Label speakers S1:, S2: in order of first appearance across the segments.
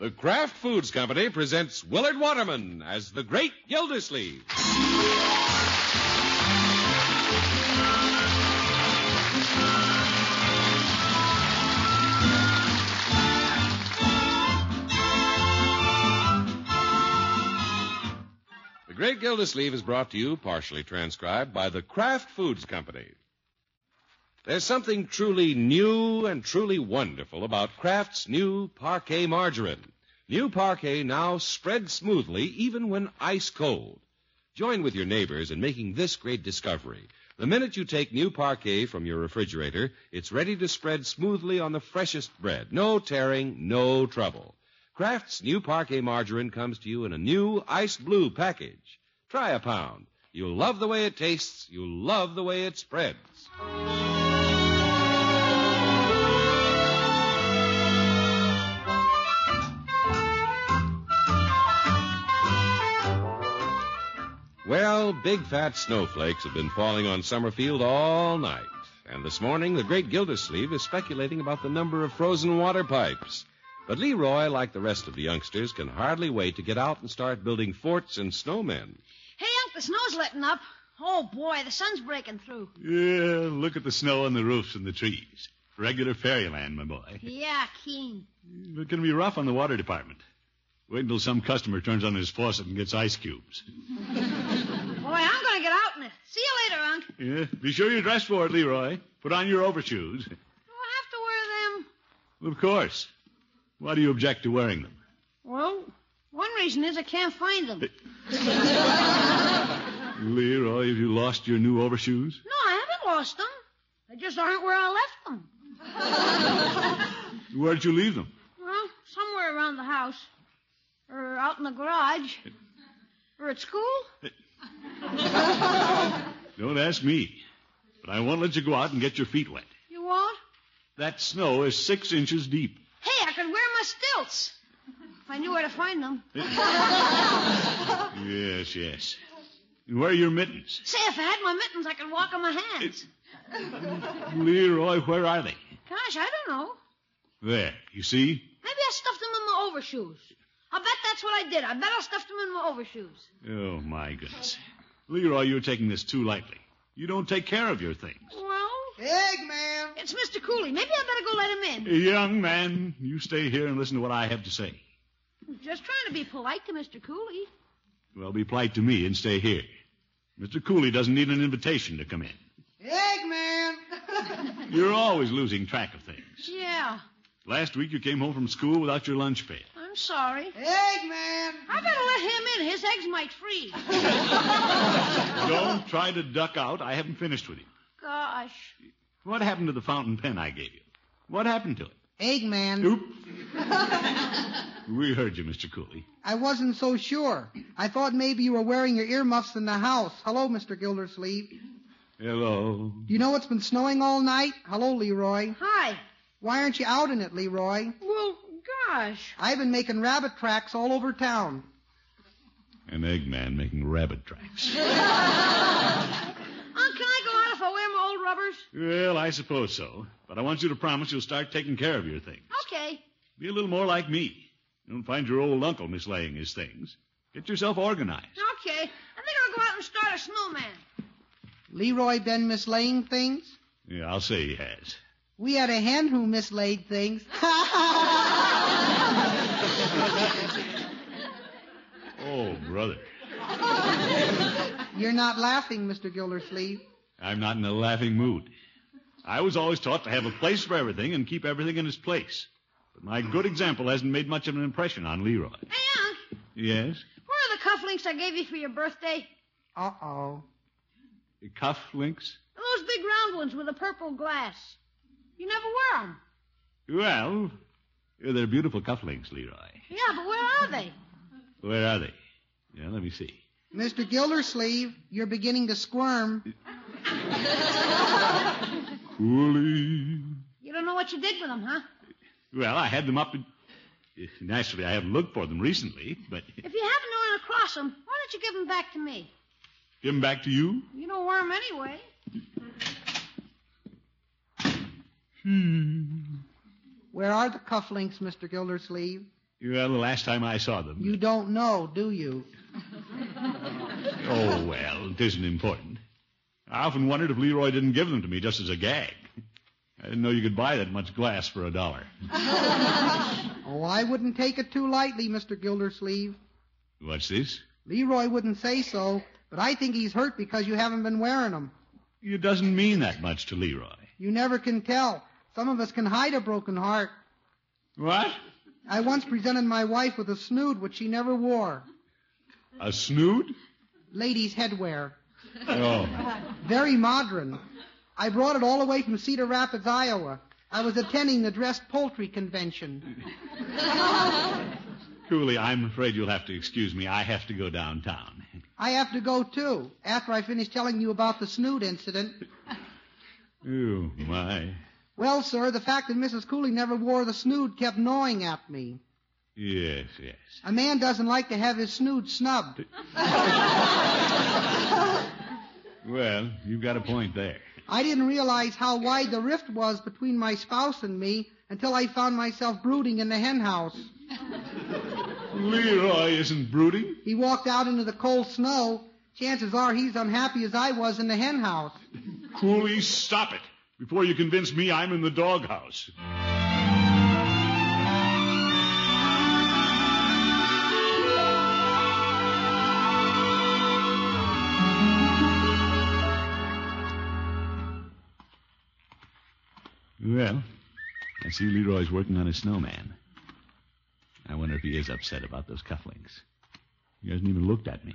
S1: The Kraft Foods Company presents Willard Waterman as the Great Gildersleeve. The Great Gildersleeve is brought to you, partially transcribed, by the Kraft Foods Company. There's something truly new and truly wonderful about Kraft's new parquet margarine. New parquet now spreads smoothly even when ice cold. Join with your neighbors in making this great discovery. The minute you take new parquet from your refrigerator, it's ready to spread smoothly on the freshest bread. No tearing, no trouble. Kraft's new parquet margarine comes to you in a new ice blue package. Try a pound. You'll love the way it tastes. You'll love the way it spreads. Well, big fat snowflakes have been falling on Summerfield all night. And this morning, the great Gildersleeve is speculating about the number of frozen water pipes. But Leroy, like the rest of the youngsters, can hardly wait to get out and start building forts and snowmen.
S2: Hey, Unc, the snow's letting up. Oh, boy, the sun's breaking through.
S3: Yeah, look at the snow on the roofs and the trees. Regular fairyland, my boy.
S2: Yeah, keen.
S3: It's going to be rough on the water department. Wait until some customer turns on his faucet and gets ice cubes.
S2: Boy, I'm going to get out in it. See you later, Unc.
S3: Yeah, be sure you dress for it, Leroy. Put on your overshoes.
S2: Do I have to wear them?
S3: Of course. Why do you object to wearing them?
S2: Well, one reason is I can't find them.
S3: Leroy, have you lost your new overshoes?
S2: No, I haven't lost them. They just aren't where I left them.
S3: Where'd you leave them?
S2: Well, somewhere around the house. Or out in the garage. Or at school.
S3: Don't ask me. But I won't let you go out and get your feet wet.
S2: You won't?
S3: That snow is six inches deep.
S2: Hey, I could wear my stilts. If I knew where to find them.
S3: Yes, yes. And where are your mittens?
S2: Say, if I had my mittens, I could walk on my hands.
S3: Leroy, where are they?
S2: Gosh, I don't know.
S3: There, you see?
S2: Maybe I stuffed them in my overshoes. I bet that's what I did. I bet I stuffed them in my overshoes.
S3: Oh, my goodness. Leroy, you're taking this too lightly. You don't take care of your things.
S2: Well,
S4: Eggman!
S2: it's Mr. Cooley. Maybe I better go let him
S3: Young man, you stay here and listen to what I have to say.
S2: in. Just trying to be polite to Mr. Cooley.
S3: Well, be polite to me and stay here. Mr. Cooley doesn't need an invitation to come in.
S4: Eggman!
S3: You're always losing track of things.
S2: Yeah,
S3: Last week you came home from school without your lunch pail.
S2: I'm sorry.
S4: Eggman!
S2: I better let him in. His eggs might freeze.
S3: Don't try to duck out. I haven't finished with you.
S2: Gosh.
S3: What happened to the fountain pen I gave you? What happened to it?
S4: Eggman,
S3: Oop. we heard you, Mr. Cooley.
S4: I wasn't so sure. I thought maybe you were wearing your earmuffs in the house. Hello, Mr. Gildersleeve.
S3: Hello.
S4: You know it's been snowing all night? Hello, Leroy.
S2: Hi.
S4: Why aren't you out in it, Leroy?
S2: Well, gosh.
S4: I've been making rabbit tracks all over town.
S3: An Eggman making rabbit tracks.
S2: Unc, can I go out if I wear my old rubbers?
S3: well, I suppose so. But I want you to promise you'll start taking care of your things.
S2: Okay.
S3: Be a little more like me. Don't find your old uncle mislaying his things. Get yourself organized.
S2: Okay. I think I'll go out and start a snowman.
S4: Leroy been mislaying things?
S3: Yeah, I'll say he has.
S4: We had a hen who mislaid things.
S3: Oh, brother.
S4: You're not laughing, Mr. Gildersleeve.
S3: I'm not in a laughing mood. I was always taught to have a place for everything and keep everything in its place. But my good example hasn't made much of an impression on Leroy.
S2: Hey, Unc,
S3: Yes?
S2: where are the cufflinks I gave you for your birthday?
S4: Uh-oh.
S3: Cuff links?
S2: Those big round ones with the purple glass. You never wear 'em.
S3: Well, they're beautiful cufflinks, Leroy.
S2: Yeah, but where are they?
S3: Where are they? Yeah, let me see.
S4: Mr. Gildersleeve, you're beginning to squirm.
S3: Cooley.
S2: You don't know what you did with them, huh?
S3: Well, I had them up. In... Naturally, I haven't looked for them recently, but
S2: If you happen to run across them, why don't you give them back to me?
S3: give them back to you.
S2: You don't wear 'em anyway.
S4: Hmm. Where are the cufflinks, Mr. Gildersleeve?
S3: Well, the last time I saw them.
S4: You don't know, do you?
S3: Oh, well, it isn't important. I often wondered if Leroy didn't give them to me just as a gag. I didn't know you could buy that much glass for a dollar.
S4: Oh, I wouldn't take it too lightly, Mr. Gildersleeve.
S3: What's this?
S4: Leroy wouldn't say so, but I think he's hurt because you haven't been wearing them.
S3: It doesn't mean that much to Leroy.
S4: You never can tell. Some of us can hide a broken heart.
S3: What?
S4: I once presented my wife with a snood which she never wore.
S3: A snood?
S4: Ladies' headwear.
S3: Oh.
S4: Very modern. I brought it all the way from Cedar Rapids, Iowa. I was attending the dressed poultry convention.
S3: Cooley, I'm afraid you'll have to excuse me. I have to go downtown.
S4: I have to go too, after I finish telling you about the snood incident.
S3: Oh, my.
S4: Well, sir, the fact that Mrs. Cooley never wore the snood kept gnawing at me.
S3: Yes, yes.
S4: A man doesn't like to have his snood snubbed.
S3: Well, you've got a point there.
S4: I didn't realize how wide the rift was between my spouse and me until I found myself brooding in the hen house.
S3: Leroy isn't brooding.
S4: He walked out into the cold snow. Chances are he's unhappy as I was in the hen house.
S3: Cooley, stop it before you convince me I'm in the doghouse. Well, I see Leroy's working on his snowman. I wonder if he is upset about those cufflinks. He hasn't even looked at me.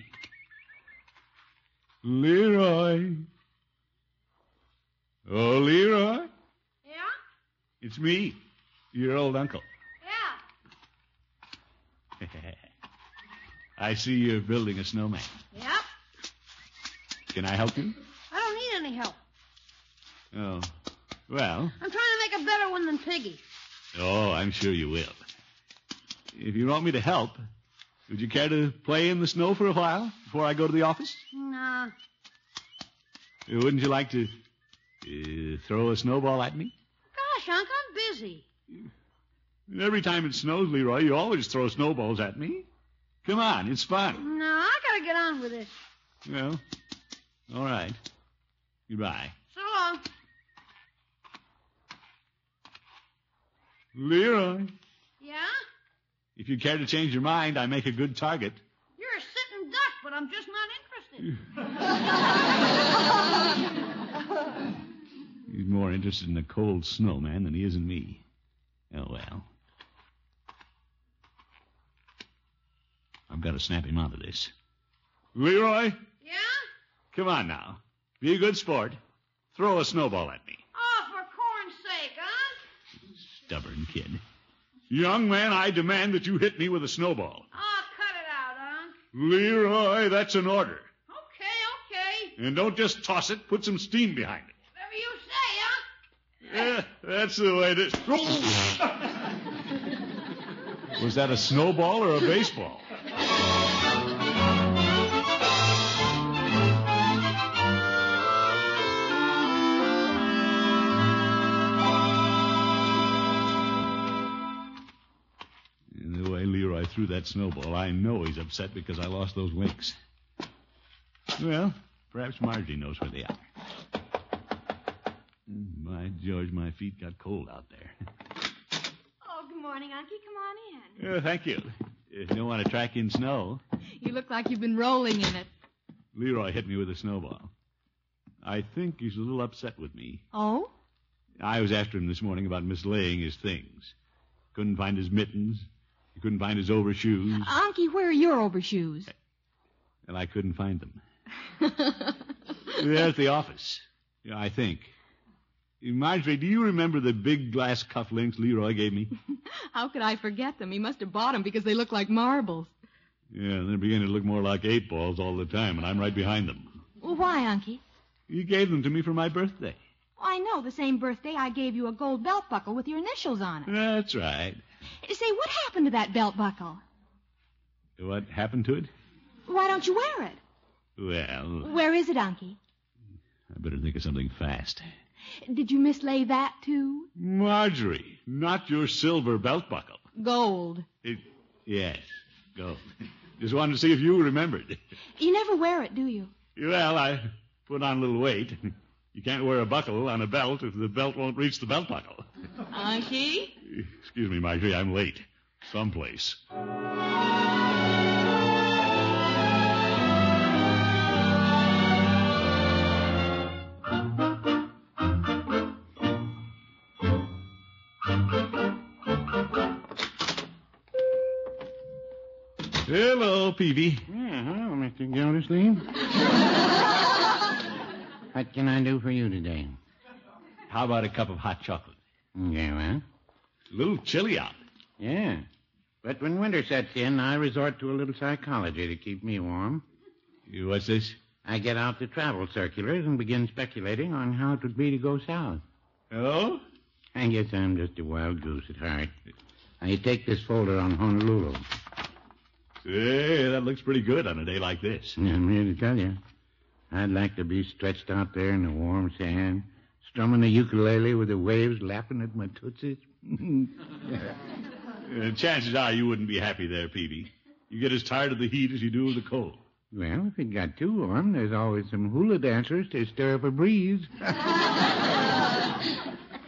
S3: Leroy. Oh, Leroy.
S2: Yeah?
S3: It's me, your old uncle.
S2: Yeah.
S3: I see you're building a snowman.
S2: Yep.
S3: Can I help you?
S2: I don't need any help.
S3: Oh, well.
S2: I'm trying to make a better one than Piggy.
S3: Oh, I'm sure you will. If you want me to help, would you care to play in the snow for a while before I go to the office?
S2: Nah.
S3: Uh, Wouldn't you like to uh, throw a snowball at me?
S2: Gosh, Unc, I'm busy.
S3: Every time it snows, Leroy, you always throw snowballs at me. Come on, it's fun.
S2: No, I gotta get on with this.
S3: Well, all right. Goodbye.
S2: So um, long.
S3: Leroy,
S2: Yeah?
S3: if you care to change your mind, I make a good target.
S2: You're a sitting duck, but I'm just not interested.
S3: He's more interested in a cold snowman than he is in me. Oh, well. I've got to snap him out of this. Leroy,
S2: Yeah?
S3: come on now. Be a good sport. Throw a snowball at me.
S2: Oh, for corn's sake, huh?
S3: Stubborn kid. Young man, I demand that you hit me with a snowball.
S2: Oh, cut it out, Unc.
S3: Leroy, that's an order.
S2: Okay, okay.
S3: And don't just toss it, put some steam behind it.
S2: Whatever you say, Unc.
S3: Yeah, that's the way it is. Was that a snowball or a baseball? And The way Leroy threw that snowball, I know he's upset because I lost those winks. Well, perhaps Margie knows where they are. By George, my feet got cold out there.
S5: Oh, good morning, Unky. Come on in.
S3: Uh, thank you. Uh, don't want to track in snow.
S5: You look like you've been rolling in it.
S3: Leroy hit me with a snowball. I think he's a little upset with me.
S5: Oh?
S3: I was after him this morning about mislaying his things. Couldn't find his mittens. He couldn't find his overshoes,
S5: Unky, where are your overshoes?
S3: and I couldn't find them. They're at the office, yeah, I think. Marjorie, do you remember the big glass cufflinks Leroy gave me?
S5: How could I forget them? He must have bought them because they look like marbles.
S3: Yeah, they're beginning to look more like eight balls all the time, and I'm right behind them.
S5: Well, why, Unky?
S3: He gave them to me for my birthday.
S5: Oh, I know. The same birthday I gave you a gold belt buckle with your initials on it.
S3: That's right.
S5: Say, what happened to that belt buckle?
S3: What happened to it?
S5: Why don't you wear it?
S3: Well,
S5: Where is it, Unky?
S3: I better think of something fast.
S5: Did you mislay that, too?
S3: Marjorie, not your silver belt buckle.
S5: Gold.
S3: It, Yes, gold. Just wanted to see if you remembered.
S5: You never wear it, do you?
S3: Well, I put on a little weight. You can't wear a buckle on a belt if the belt won't reach the belt buckle.
S6: Uh, Unky?
S3: Excuse me, Marjorie, I'm late. Someplace. Hello, Peavy.
S7: Yeah, hello, Mr. Gildersleeve. what can I do for you today?
S3: How about a cup of hot chocolate?
S7: Yeah, well,
S3: A little chilly out.
S7: yeah. But when winter sets in, I resort to a little psychology to keep me warm.
S3: You- What's this?
S7: I get out the travel circulars and begin speculating on how it would be to go south.
S3: Hello?
S7: I guess I'm just a wild goose at heart. I take this folder on Honolulu.
S3: Hey, that looks pretty good on a day like this.
S7: I'm here to tell you. I'd like to be stretched out there in the warm sand, strumming a ukulele with the waves lapping at my tootsies.
S3: Uh, chances are you wouldn't be happy there, Peavy. You get as tired of the heat as you do of the cold.
S7: Well, if it got too warm, there's always some hula dancers to stir up a breeze.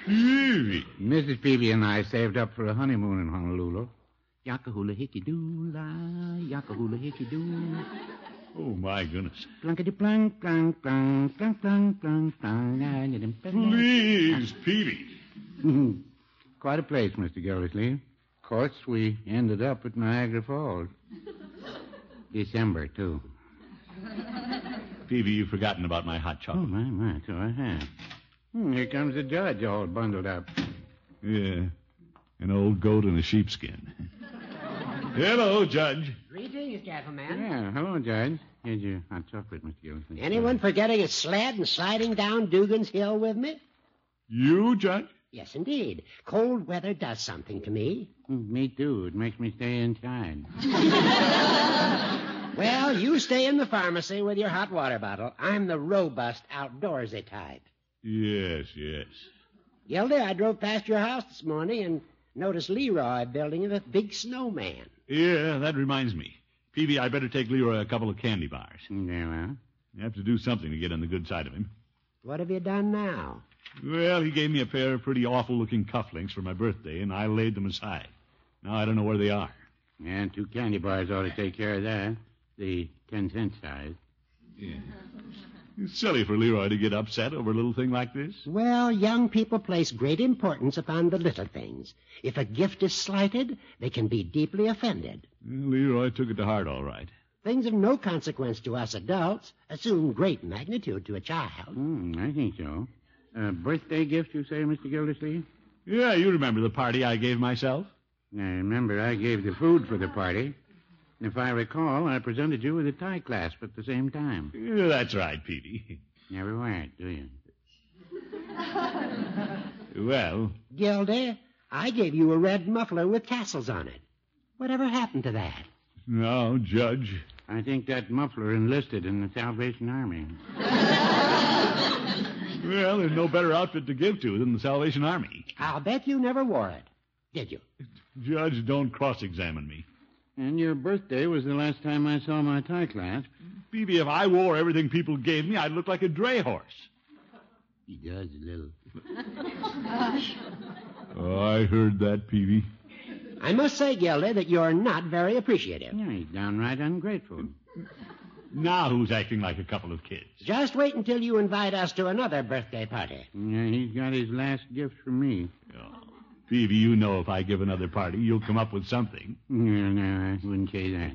S3: Peavy.
S7: Mrs. Peavy and I saved up for a honeymoon in Honolulu. Yaka hula hickey doo la, yaka hula hickey doo.
S3: Oh, my goodness.
S7: Plunkety plunk, plunk, plunk, plunk, plunk, plunk, plunk, la, la, dum, ba, da.
S3: Please, Peavy.
S7: Quite a place, Mr. Gildersleeve. Of course, we ended up at Niagara Falls. December, too.
S3: Peavy, you've forgotten about my hot
S7: Oh,
S3: chocolate.
S7: my, my, so I have. Hmm, here comes the judge all bundled up.
S3: Yeah. An old goat in a sheepskin. Hello, Judge.
S8: Greetings, gentlemen.
S7: Yeah, hello, Judge. Here's your hot chocolate, Mr. Gildersleeve.
S8: Anyone forgetting a sled and sliding down Dugan's Hill with me?
S3: You, Judge?
S8: Yes, indeed. Cold weather does something to me.
S7: Mm, Me too. It makes me stay inside.
S8: Well, you stay in the pharmacy with your hot water bottle. I'm the robust, outdoorsy type.
S3: Yes, yes.
S8: Gilda, I drove past your house this morning and noticed Leroy building a big snowman.
S3: Yeah, that reminds me. Peavy, I better take Leroy a couple of candy bars.
S7: Very well.
S3: You have to do something to get on the good side of him.
S8: What have you done now?
S3: Well, he gave me a pair of pretty awful looking cufflinks for my birthday, and I laid them aside. Now I don't know where they are.
S7: Yeah, two candy bars ought to take care of that. The ten cent size.
S3: It's silly for Leroy to get upset over a little thing like this.
S8: Well, young people place great importance upon the little things. If a gift is slighted, they can be deeply offended.
S3: Leroy took it to heart, all right.
S8: Things of no consequence to us adults assume great magnitude to a child.
S7: Hmm, I think so. Uh, birthday gift, you say, Mr. Gildersleeve?
S3: Yeah, you remember the party I gave myself?
S7: Now, remember, I gave the food for the party. If I recall, I presented you with a tie clasp at the same time.
S3: Yeah, that's right, Peavy.
S7: Never wear it, do you?
S3: Well,
S8: Gilda, I gave you a red muffler with tassels on it. Whatever happened to that?
S3: now, Judge.
S7: I think that muffler enlisted in the Salvation Army.
S3: Well, there's no better outfit to give to than the Salvation Army.
S8: I'll bet you never wore it. Did you?
S3: Judge, don't cross examine me.
S7: And your birthday was the last time I saw my tie clasp.
S3: Peavy, if I wore everything people gave me, I'd look like a dray horse.
S7: He does a little.
S3: Oh, I heard that, Peavy.
S8: I must say, Gilda, that you're not very appreciative.
S7: Yeah, he's downright ungrateful.
S3: Now who's acting like a couple of kids?
S8: Just wait until you invite us to another birthday party.
S7: Yeah, he's got his last gift from me.
S3: Oh, Peavy, you know if I give another party, you'll come up with something.
S7: No, no, I wouldn't say that.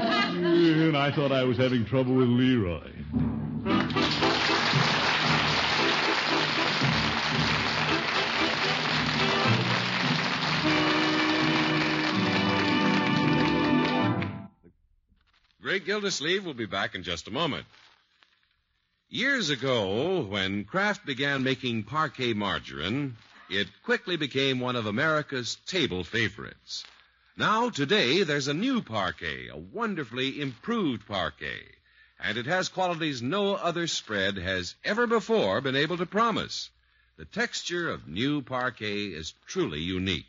S3: And I thought I was having trouble with Leroy.
S1: Greg Gildersleeve will be back in just a moment. Years ago, when Kraft began making parquet margarine, it quickly became one of America's table favorites. Now, today, there's a new parquet, a wonderfully improved parquet, and it has qualities no other spread has ever before been able to promise. The texture of new parquet is truly unique.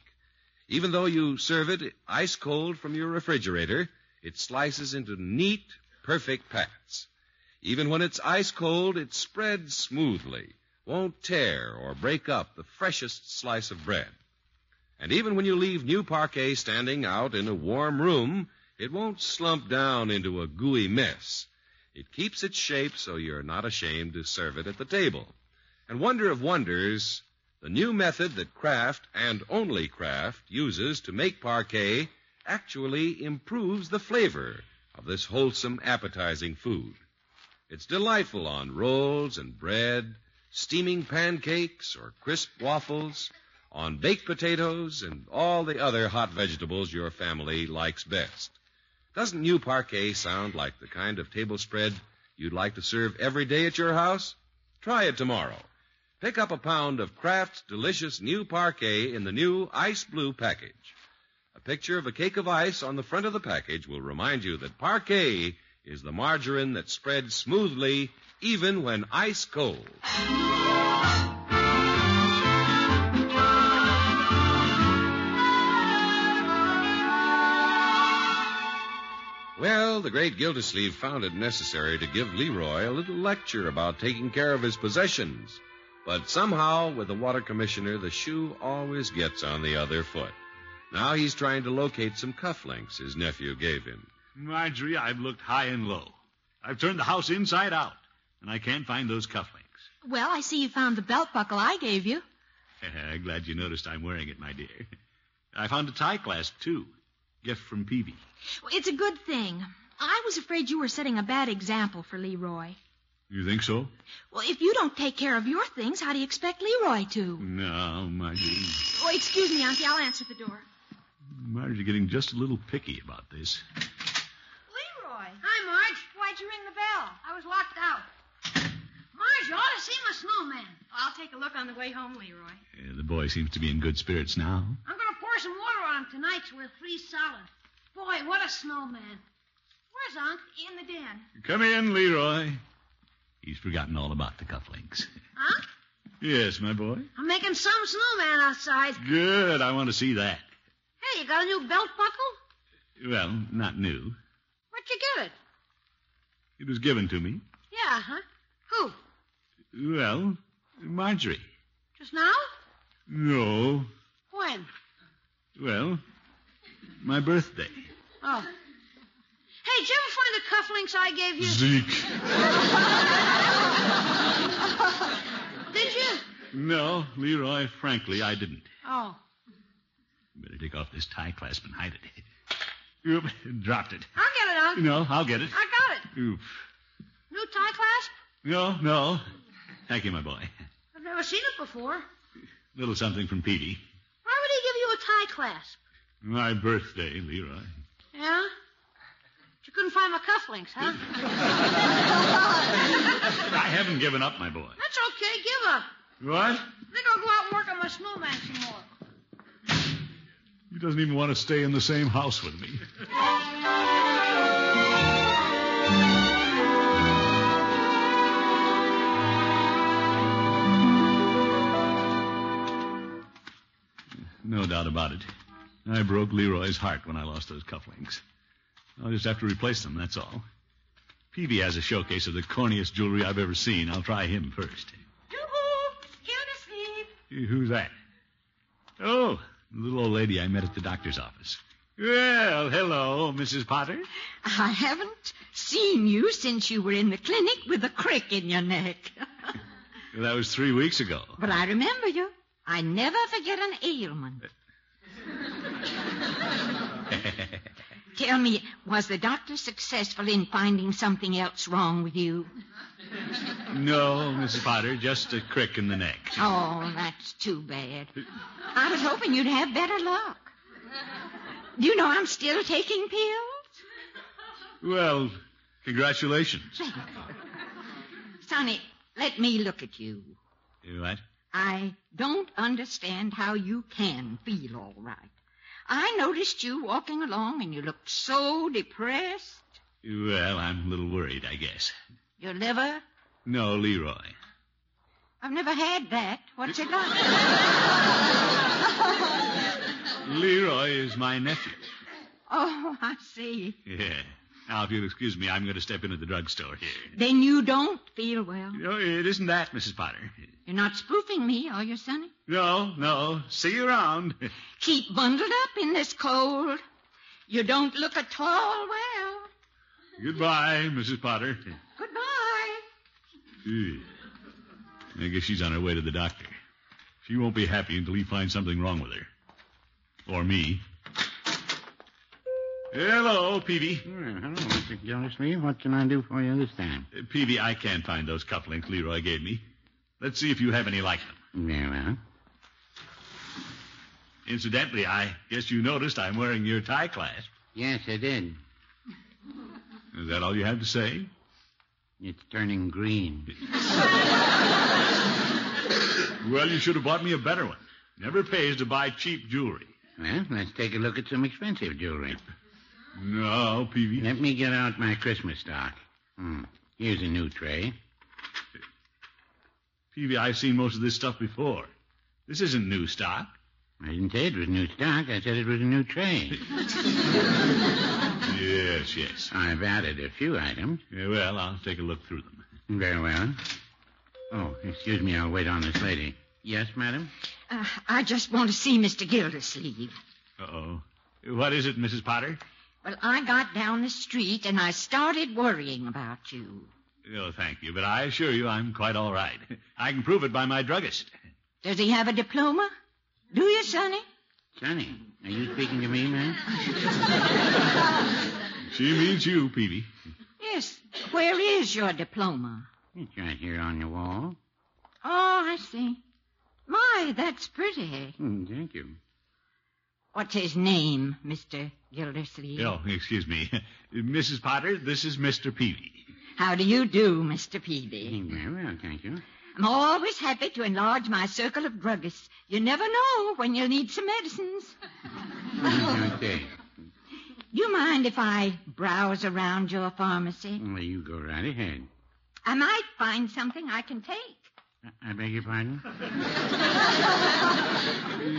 S1: Even though you serve it ice cold from your refrigerator, it slices into neat, perfect pats. Even when it's ice cold, it spreads smoothly, won't tear or break up the freshest slice of bread. And even when you leave new parquet standing out in a warm room, it won't slump down into a gooey mess. It keeps its shape so you're not ashamed to serve it at the table. And wonder of wonders, the new method that Kraft and only Kraft uses to make parquet actually improves the flavor of this wholesome, appetizing food. It's delightful on rolls and bread, steaming pancakes or crisp waffles, on baked potatoes and all the other hot vegetables your family likes best. Doesn't new parquet sound like the kind of table spread you'd like to serve every day at your house? Try it tomorrow. Pick up a pound of Kraft's delicious new parquet in the new ice blue package. A picture of a cake of ice on the front of the package will remind you that parquet is the margarine that spreads smoothly even when ice cold. Well, the great Gildersleeve found it necessary to give Leroy a little lecture about taking care of his possessions. But somehow, with the water commissioner, the shoe always gets on the other foot. Now he's trying to locate some cufflinks his nephew gave him.
S3: Marjorie, I've looked high and low. I've turned the house inside out, and I can't find those cufflinks.
S5: Well, I see you found the belt buckle I gave you.
S3: Glad you noticed I'm wearing it, my dear. I found a tie clasp, too. Gift from Peavy.
S5: Well, It's a good thing. I was afraid you were setting a bad example for Leroy.
S3: You think so?
S5: Well, if you don't take care of your things, how do you expect Leroy
S3: Hmm.
S5: to?
S3: No, Marjorie.
S5: Oh, excuse me, Auntie. I'll answer the door.
S3: Marjorie's getting just a little picky about this.
S2: Leroy. Hi, Marge. Why'd you ring the bell? I was locked out. Marge, you ought to see my snowman. I'll take a look on the way home, Leroy.
S3: Uh, the boy seems to be in good spirits now.
S2: I'm going to pour some water on him tonight so he'll freeze solid. Boy, what a snowman. Where's Unc? In the den.
S3: Come in, Leroy. He's forgotten all about the cufflinks.
S2: Unc?
S3: Yes, my boy.
S2: I'm making some snowman outside.
S3: Good. I want to see that.
S2: Hey, you got a new belt buckle?
S3: Well, not new.
S2: Where'd you get it?
S3: It was given to me.
S2: Yeah, huh? Who?
S3: Well, Marjorie.
S2: Just now?
S3: No.
S2: When?
S3: Well, my birthday.
S2: Oh. Hey, did you ever find the cufflinks I gave you?
S3: Zeke.
S2: Did you?
S3: No, Leroy, frankly, I didn't.
S2: Oh.
S3: Better take off this tie clasp and hide it. Oop, dropped it.
S2: I'll get it, Unc.
S3: No, I'll get it.
S2: I got it.
S3: Oop.
S2: New tie clasp?
S3: No, no. Thank you, my boy.
S2: I've never seen it before.
S3: Little something from Petey.
S2: Why would he give you a tie clasp?
S3: My birthday, Leroy.
S2: Yeah? But you couldn't find my cufflinks, huh?
S3: I haven't given up, my boy.
S2: That's okay. Give up.
S3: What?
S2: I think I'll go out and work on my snowman some more.
S3: He doesn't even want to stay in the same house with me. No doubt about it. I broke Leroy's heart when I lost those cufflinks. I'll just have to replace them, that's all. Peavy has a showcase of the corniest jewelry I've ever seen. I'll try him first. Who's that? Oh, the little old lady I met at the doctor's office. Well, hello, Mrs. Potter.
S6: I haven't seen you since you were in the clinic with a crick in your neck.
S3: That was three weeks ago.
S6: but I remember you. I never forget an ailment. Tell me, was the doctor successful in finding something else wrong with you?
S3: No, Mrs. Potter, just a crick in the neck.
S6: Oh, that's too bad. I was hoping you'd have better luck. Do you know I'm still taking pills?
S3: Well, congratulations.
S6: Sonny, let me look at you.
S3: What?
S6: I don't understand how you can feel all right. I noticed you walking along and you looked so depressed.
S3: Well, I'm a little worried, I guess.
S6: Your liver?
S3: No, Leroy.
S6: I've never had that. What's it like?
S3: Leroy is my nephew.
S6: Oh, I see.
S3: Yeah. Now, if you'll excuse me, I'm going to step into the drugstore here.
S6: Then you don't feel well.
S3: No, it isn't that, Mrs. Potter.
S6: You're not spoofing me, are you, Sonny?
S3: No, no. See you around.
S6: Keep bundled up in this cold. You don't look at all well.
S3: Goodbye, Mrs. Potter.
S6: Goodbye.
S3: Gee. I guess she's on her way to the doctor. She won't be happy until he finds something wrong with her. Or me. Hello, Peavy.
S7: Well, hello, Mr. Gildersleeve. What can I do for you this time?
S3: Uh, Peavy, I can't find those cufflinks Leroy gave me. Let's see if you have any like them.
S7: Very well.
S3: Incidentally, I guess you noticed I'm wearing your tie clasp.
S7: Yes, I did.
S3: Is that all you have to say?
S7: It's turning green.
S3: Well, you should have bought me a better one. Never pays to buy cheap jewelry.
S7: Well, let's take a look at some expensive jewelry.
S3: No, Peavy.
S7: Let me get out my Christmas stock. Hmm. Here's a new tray.
S3: Peavy, I've seen most of this stuff before. This isn't new stock.
S7: I didn't say it was new stock. I said it was a new tray.
S3: Yes, yes.
S7: I've added a few items.
S3: Yeah, well, I'll take a look through them.
S7: Very well. Oh, excuse me. I'll wait on this lady. Yes, madam?
S6: Uh, I just want to see Mr. Gildersleeve.
S3: Uh-oh. What is it, Mrs. Potter?
S6: Well, I got down the street and I started worrying about you.
S3: Oh, thank you, but I assure you I'm quite all right. I can prove it by my druggist.
S6: Does he have a diploma? Do you, Sonny?
S7: Sonny, are you speaking to me, ma'am?
S3: She means you, Peavy.
S6: Yes. Where is your diploma?
S7: It's right here on the wall.
S6: Oh, I see. My, that's pretty.
S7: Hmm, thank you.
S6: What's his name, Mr. Gildersleeve?
S3: Oh, excuse me. Mrs. Potter, this is Mr. Peavy.
S6: How do you do, Mr. Peavy?
S7: Very well, thank you.
S6: I'm always happy to enlarge my circle of druggists. You never know when you'll need some medicines.
S7: Okay.
S6: Do you mind if I browse around your pharmacy?
S7: Well, you go right ahead.
S6: I might find something I can take.
S7: I- I beg your pardon?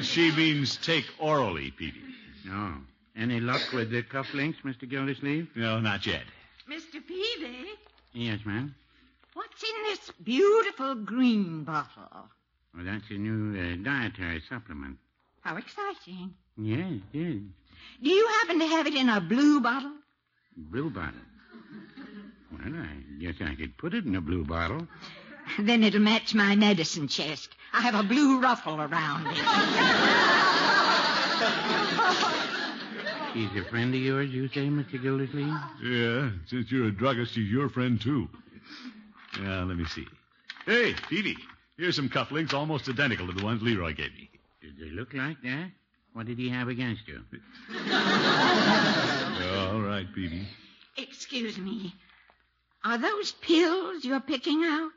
S3: She means take orally, Peavy.
S7: No. Oh. Any luck with the cufflinks, Mr. Gildersleeve?
S3: No, not yet.
S6: Mr. Peavy,
S7: Yes, ma'am.
S6: what's in this beautiful green bottle?
S7: Well, that's a new uh, dietary supplement.
S6: How exciting.
S7: Yes, yes.
S6: Do you happen to have it in a blue bottle?
S7: Blue bottle. Well, I guess I could put it in a blue bottle.
S6: Then it'll match my medicine chest. I have a blue ruffle around it.
S7: She's a friend of yours, you say, Mr. Gildersleeve?
S3: Yeah, since you're a druggist, she's your friend, too. Now, let me see. Hey, Peavy, here's some cufflinks almost identical to the ones Leroy gave me.
S7: Did they look like that? What did he have against you?
S3: All right, Peavy.
S6: Excuse me. Are those pills you're picking out?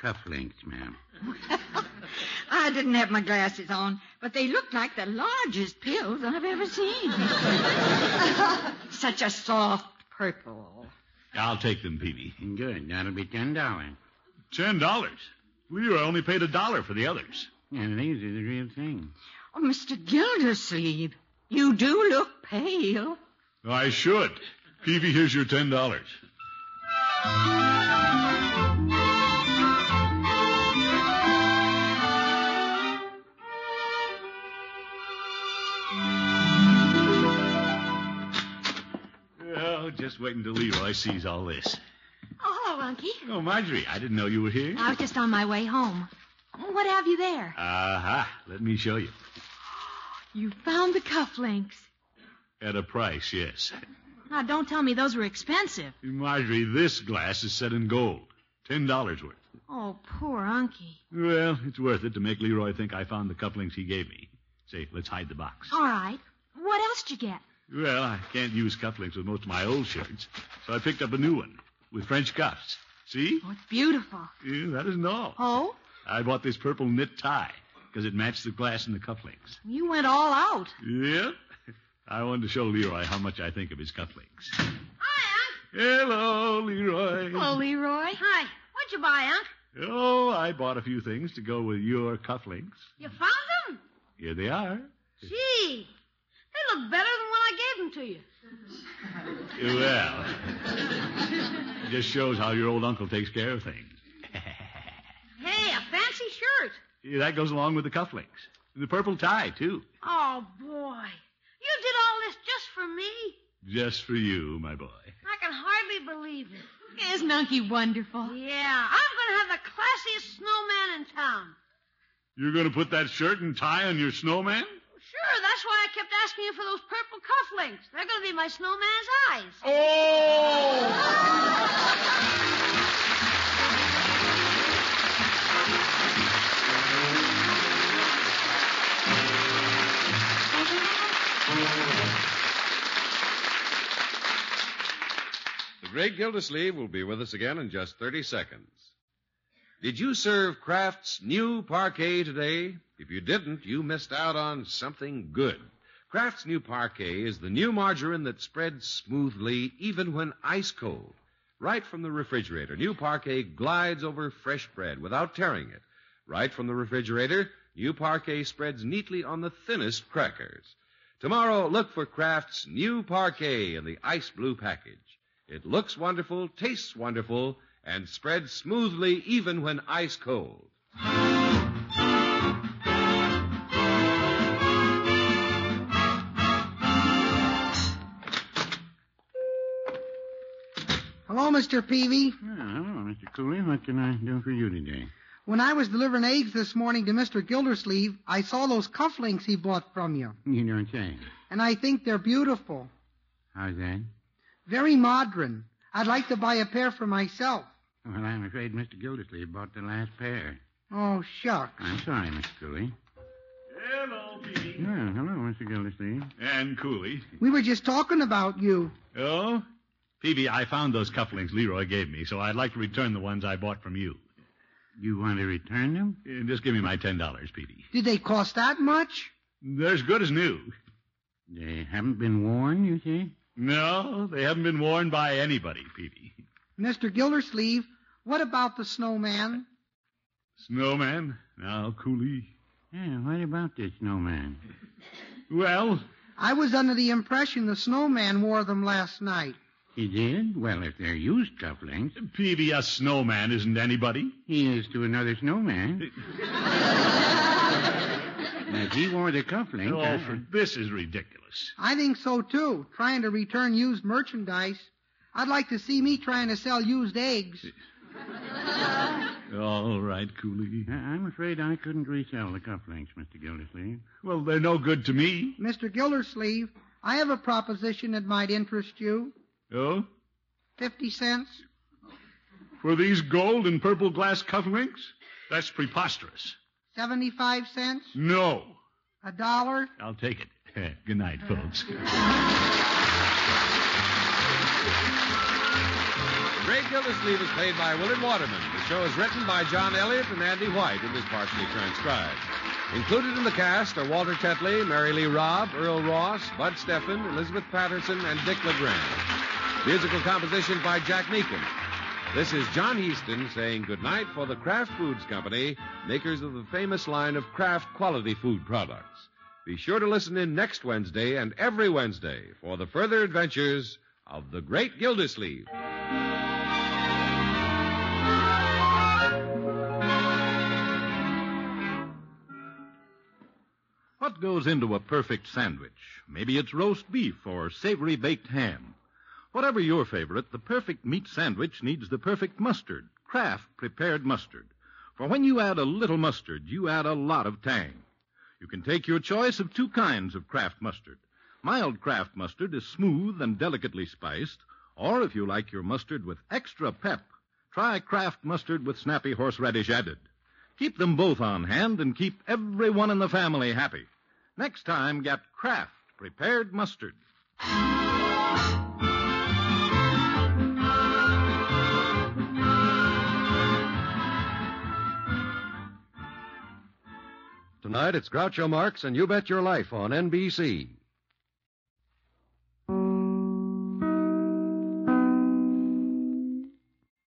S7: Cufflinks, ma'am.
S6: I didn't have my glasses on, but they look like the largest pills I've ever seen. Such a soft purple.
S3: I'll take them, Peavy.
S7: Good. That'll be ten dollars.
S3: Ten dollars? Leroy only paid a dollar for the others.
S7: And these are the real thing.
S6: Oh, Mr. Gildersleeve, you do look pale.
S3: I should. Peavy, here's your ten dollars. Oh, just wait until Leroy sees all this.
S5: Oh, hello, Unky.
S3: Oh, Marjorie, I didn't know you were here.
S5: I was just on my way home. What have you there?
S3: Aha, let me show you.
S5: You found the cufflinks.
S3: At a price, yes.
S5: Now, don't tell me those were expensive.
S3: Marjorie, this glass is set in gold. Ten dollars worth.
S5: Oh, poor Unky.
S3: Well, it's worth it to make Leroy think I found the cufflinks he gave me. Say, let's hide the box.
S5: All right. What else did you get?
S3: Well, I can't use cufflinks with most of my old shirts, so I picked up a new one with French cuffs. See?
S5: Oh, it's beautiful.
S3: Yeah, that isn't all.
S5: Oh,
S3: I bought this purple knit tie because it matched the glass and the cufflinks.
S5: you went all out.
S3: Yep. I wanted to show Leroy how much I think of his cufflinks.
S2: Hi, Unc.
S3: Hello, Leroy.
S5: Leroy.
S2: Hi. What'd you buy, Unc?
S3: Oh, I bought a few things to go with your cufflinks.
S2: You found them?
S3: Here they are.
S2: Gee, they look better than when I gave them to you.
S3: Well, just shows how your old uncle takes care of things.
S2: Hey, a fancy shirt.
S3: Yeah, That goes along with the cufflinks. The purple tie, too.
S2: Oh, boy. You did all this just for me?
S3: Just for you, my boy.
S2: I can hardly believe it.
S5: Isn't Unky wonderful?
S2: Yeah, I'm going to have the classiest snowman in town.
S3: You're going to put that shirt and tie on your snowman?
S2: Sure, that's why I kept asking you for those purple cufflinks. They're going to be my snowman's eyes.
S3: Oh!
S1: The great Gildersleeve will be with us again in just 30 seconds. Did you serve Kraft's new parquet today? If you didn't, you missed out on something good. Kraft's new parquet is the new margarine that spreads smoothly even when ice cold. Right from the refrigerator, new parquet glides over fresh bread without tearing it. Right from the refrigerator, new parquet spreads neatly on the thinnest crackers. Tomorrow, look for Kraft's new parquet in the ice blue package. It looks wonderful, tastes wonderful, and spreads smoothly even when ice cold.
S4: Hello, Mr. Peavy.
S7: Ah, hello, Mr. Cooley. What can I do for you today?
S4: When I was delivering eggs this morning to Mr. Gildersleeve, I saw those cufflinks he bought from you,
S7: You don't say.
S4: and I think they're beautiful.
S7: How's that?
S4: Very modern. I'd like to buy a pair for myself.
S7: Well, I'm afraid Mr. Gildersleeve bought the last pair.
S4: Oh, shucks.
S7: I'm sorry, Mr. Cooley.
S3: Hello, Petey.
S7: Well, hello, Mr. Gildersleeve.
S3: And Cooley.
S4: We were just talking about you.
S3: Oh? Peavy, I found those cufflinks Leroy gave me, so I'd like to return the ones I bought from you.
S7: You want to return them?
S3: Uh, Just give me my $10, Peavy.
S4: Did they cost that much?
S3: They're as good as new.
S7: They haven't been worn, you see?
S3: No, they haven't been worn by anybody, Peavy.
S4: Mr. Gildersleeve, what about the snowman?
S3: Snowman? Now, Cooley.
S7: Yeah, what about this snowman?
S3: Well,
S4: I was under the impression the snowman wore them last night.
S7: He did? Well, if they're used cufflinks,
S3: Peavy, a snowman isn't anybody.
S7: he is to another snowman. now, if he wore the cufflinks,
S3: Oh,
S7: I-
S3: for this is ridiculous.
S4: I think so too, trying to return used merchandise. I'd like to see me trying to sell used eggs.
S3: All right, Cooley.
S7: I- Uh, I'm afraid I couldn't resell the cufflinks, Mr. Gildersleeve.
S3: Well, they're no good to me.
S4: Mr. Gildersleeve, I have a proposition that might interest you.
S3: Oh?
S4: Fifty cents?
S3: For these gold and purple glass cufflinks? That's preposterous.
S4: Seventy-five cents?
S3: No.
S4: A dollar?
S3: I'll take it. Good night, folks.
S1: The Great Gildersleeve is played by Willard Waterman. The show is written by John Elliott and Andy White and is partially transcribed. Included in the cast are Walter Tetley, Mary Lee Robb, Earl Ross, Bud Steffen, Elizabeth Patterson, and Dick LeGrand. Musical compositions by Jack Meakin. This is John Easton saying goodnight for the Kraft Foods Company, makers of the famous line of Kraft quality food products. Be sure to listen in next Wednesday and every Wednesday for the further adventures of the Great Gildersleeve.
S9: What goes into a perfect sandwich? Maybe it's roast beef or savory baked ham. Whatever your favorite, the perfect meat sandwich needs the perfect mustard, Kraft prepared mustard. For when you add a little mustard, you add a lot of tang. You can take your choice of two kinds of Kraft mustard. Mild Kraft mustard is smooth and delicately spiced, or if you like your mustard with extra pep, try Kraft mustard with snappy horseradish added. Keep them both on hand and keep everyone in the family happy. Next time, get Kraft prepared mustard.
S1: Tonight it's Groucho Marx and You Bet Your Life on NBC.